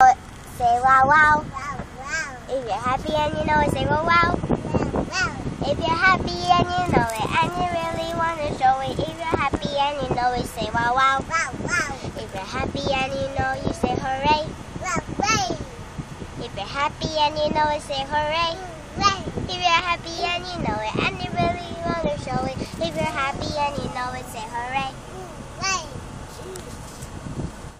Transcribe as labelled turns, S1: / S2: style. S1: say wow wow. If you're happy and you know it, say wow wow. If you're happy and you know it, and you really want to show it. If you're happy and you know it, say wow wow. If you're happy and you know you say hooray. If you're happy and you know it, say hooray. If you're happy and you know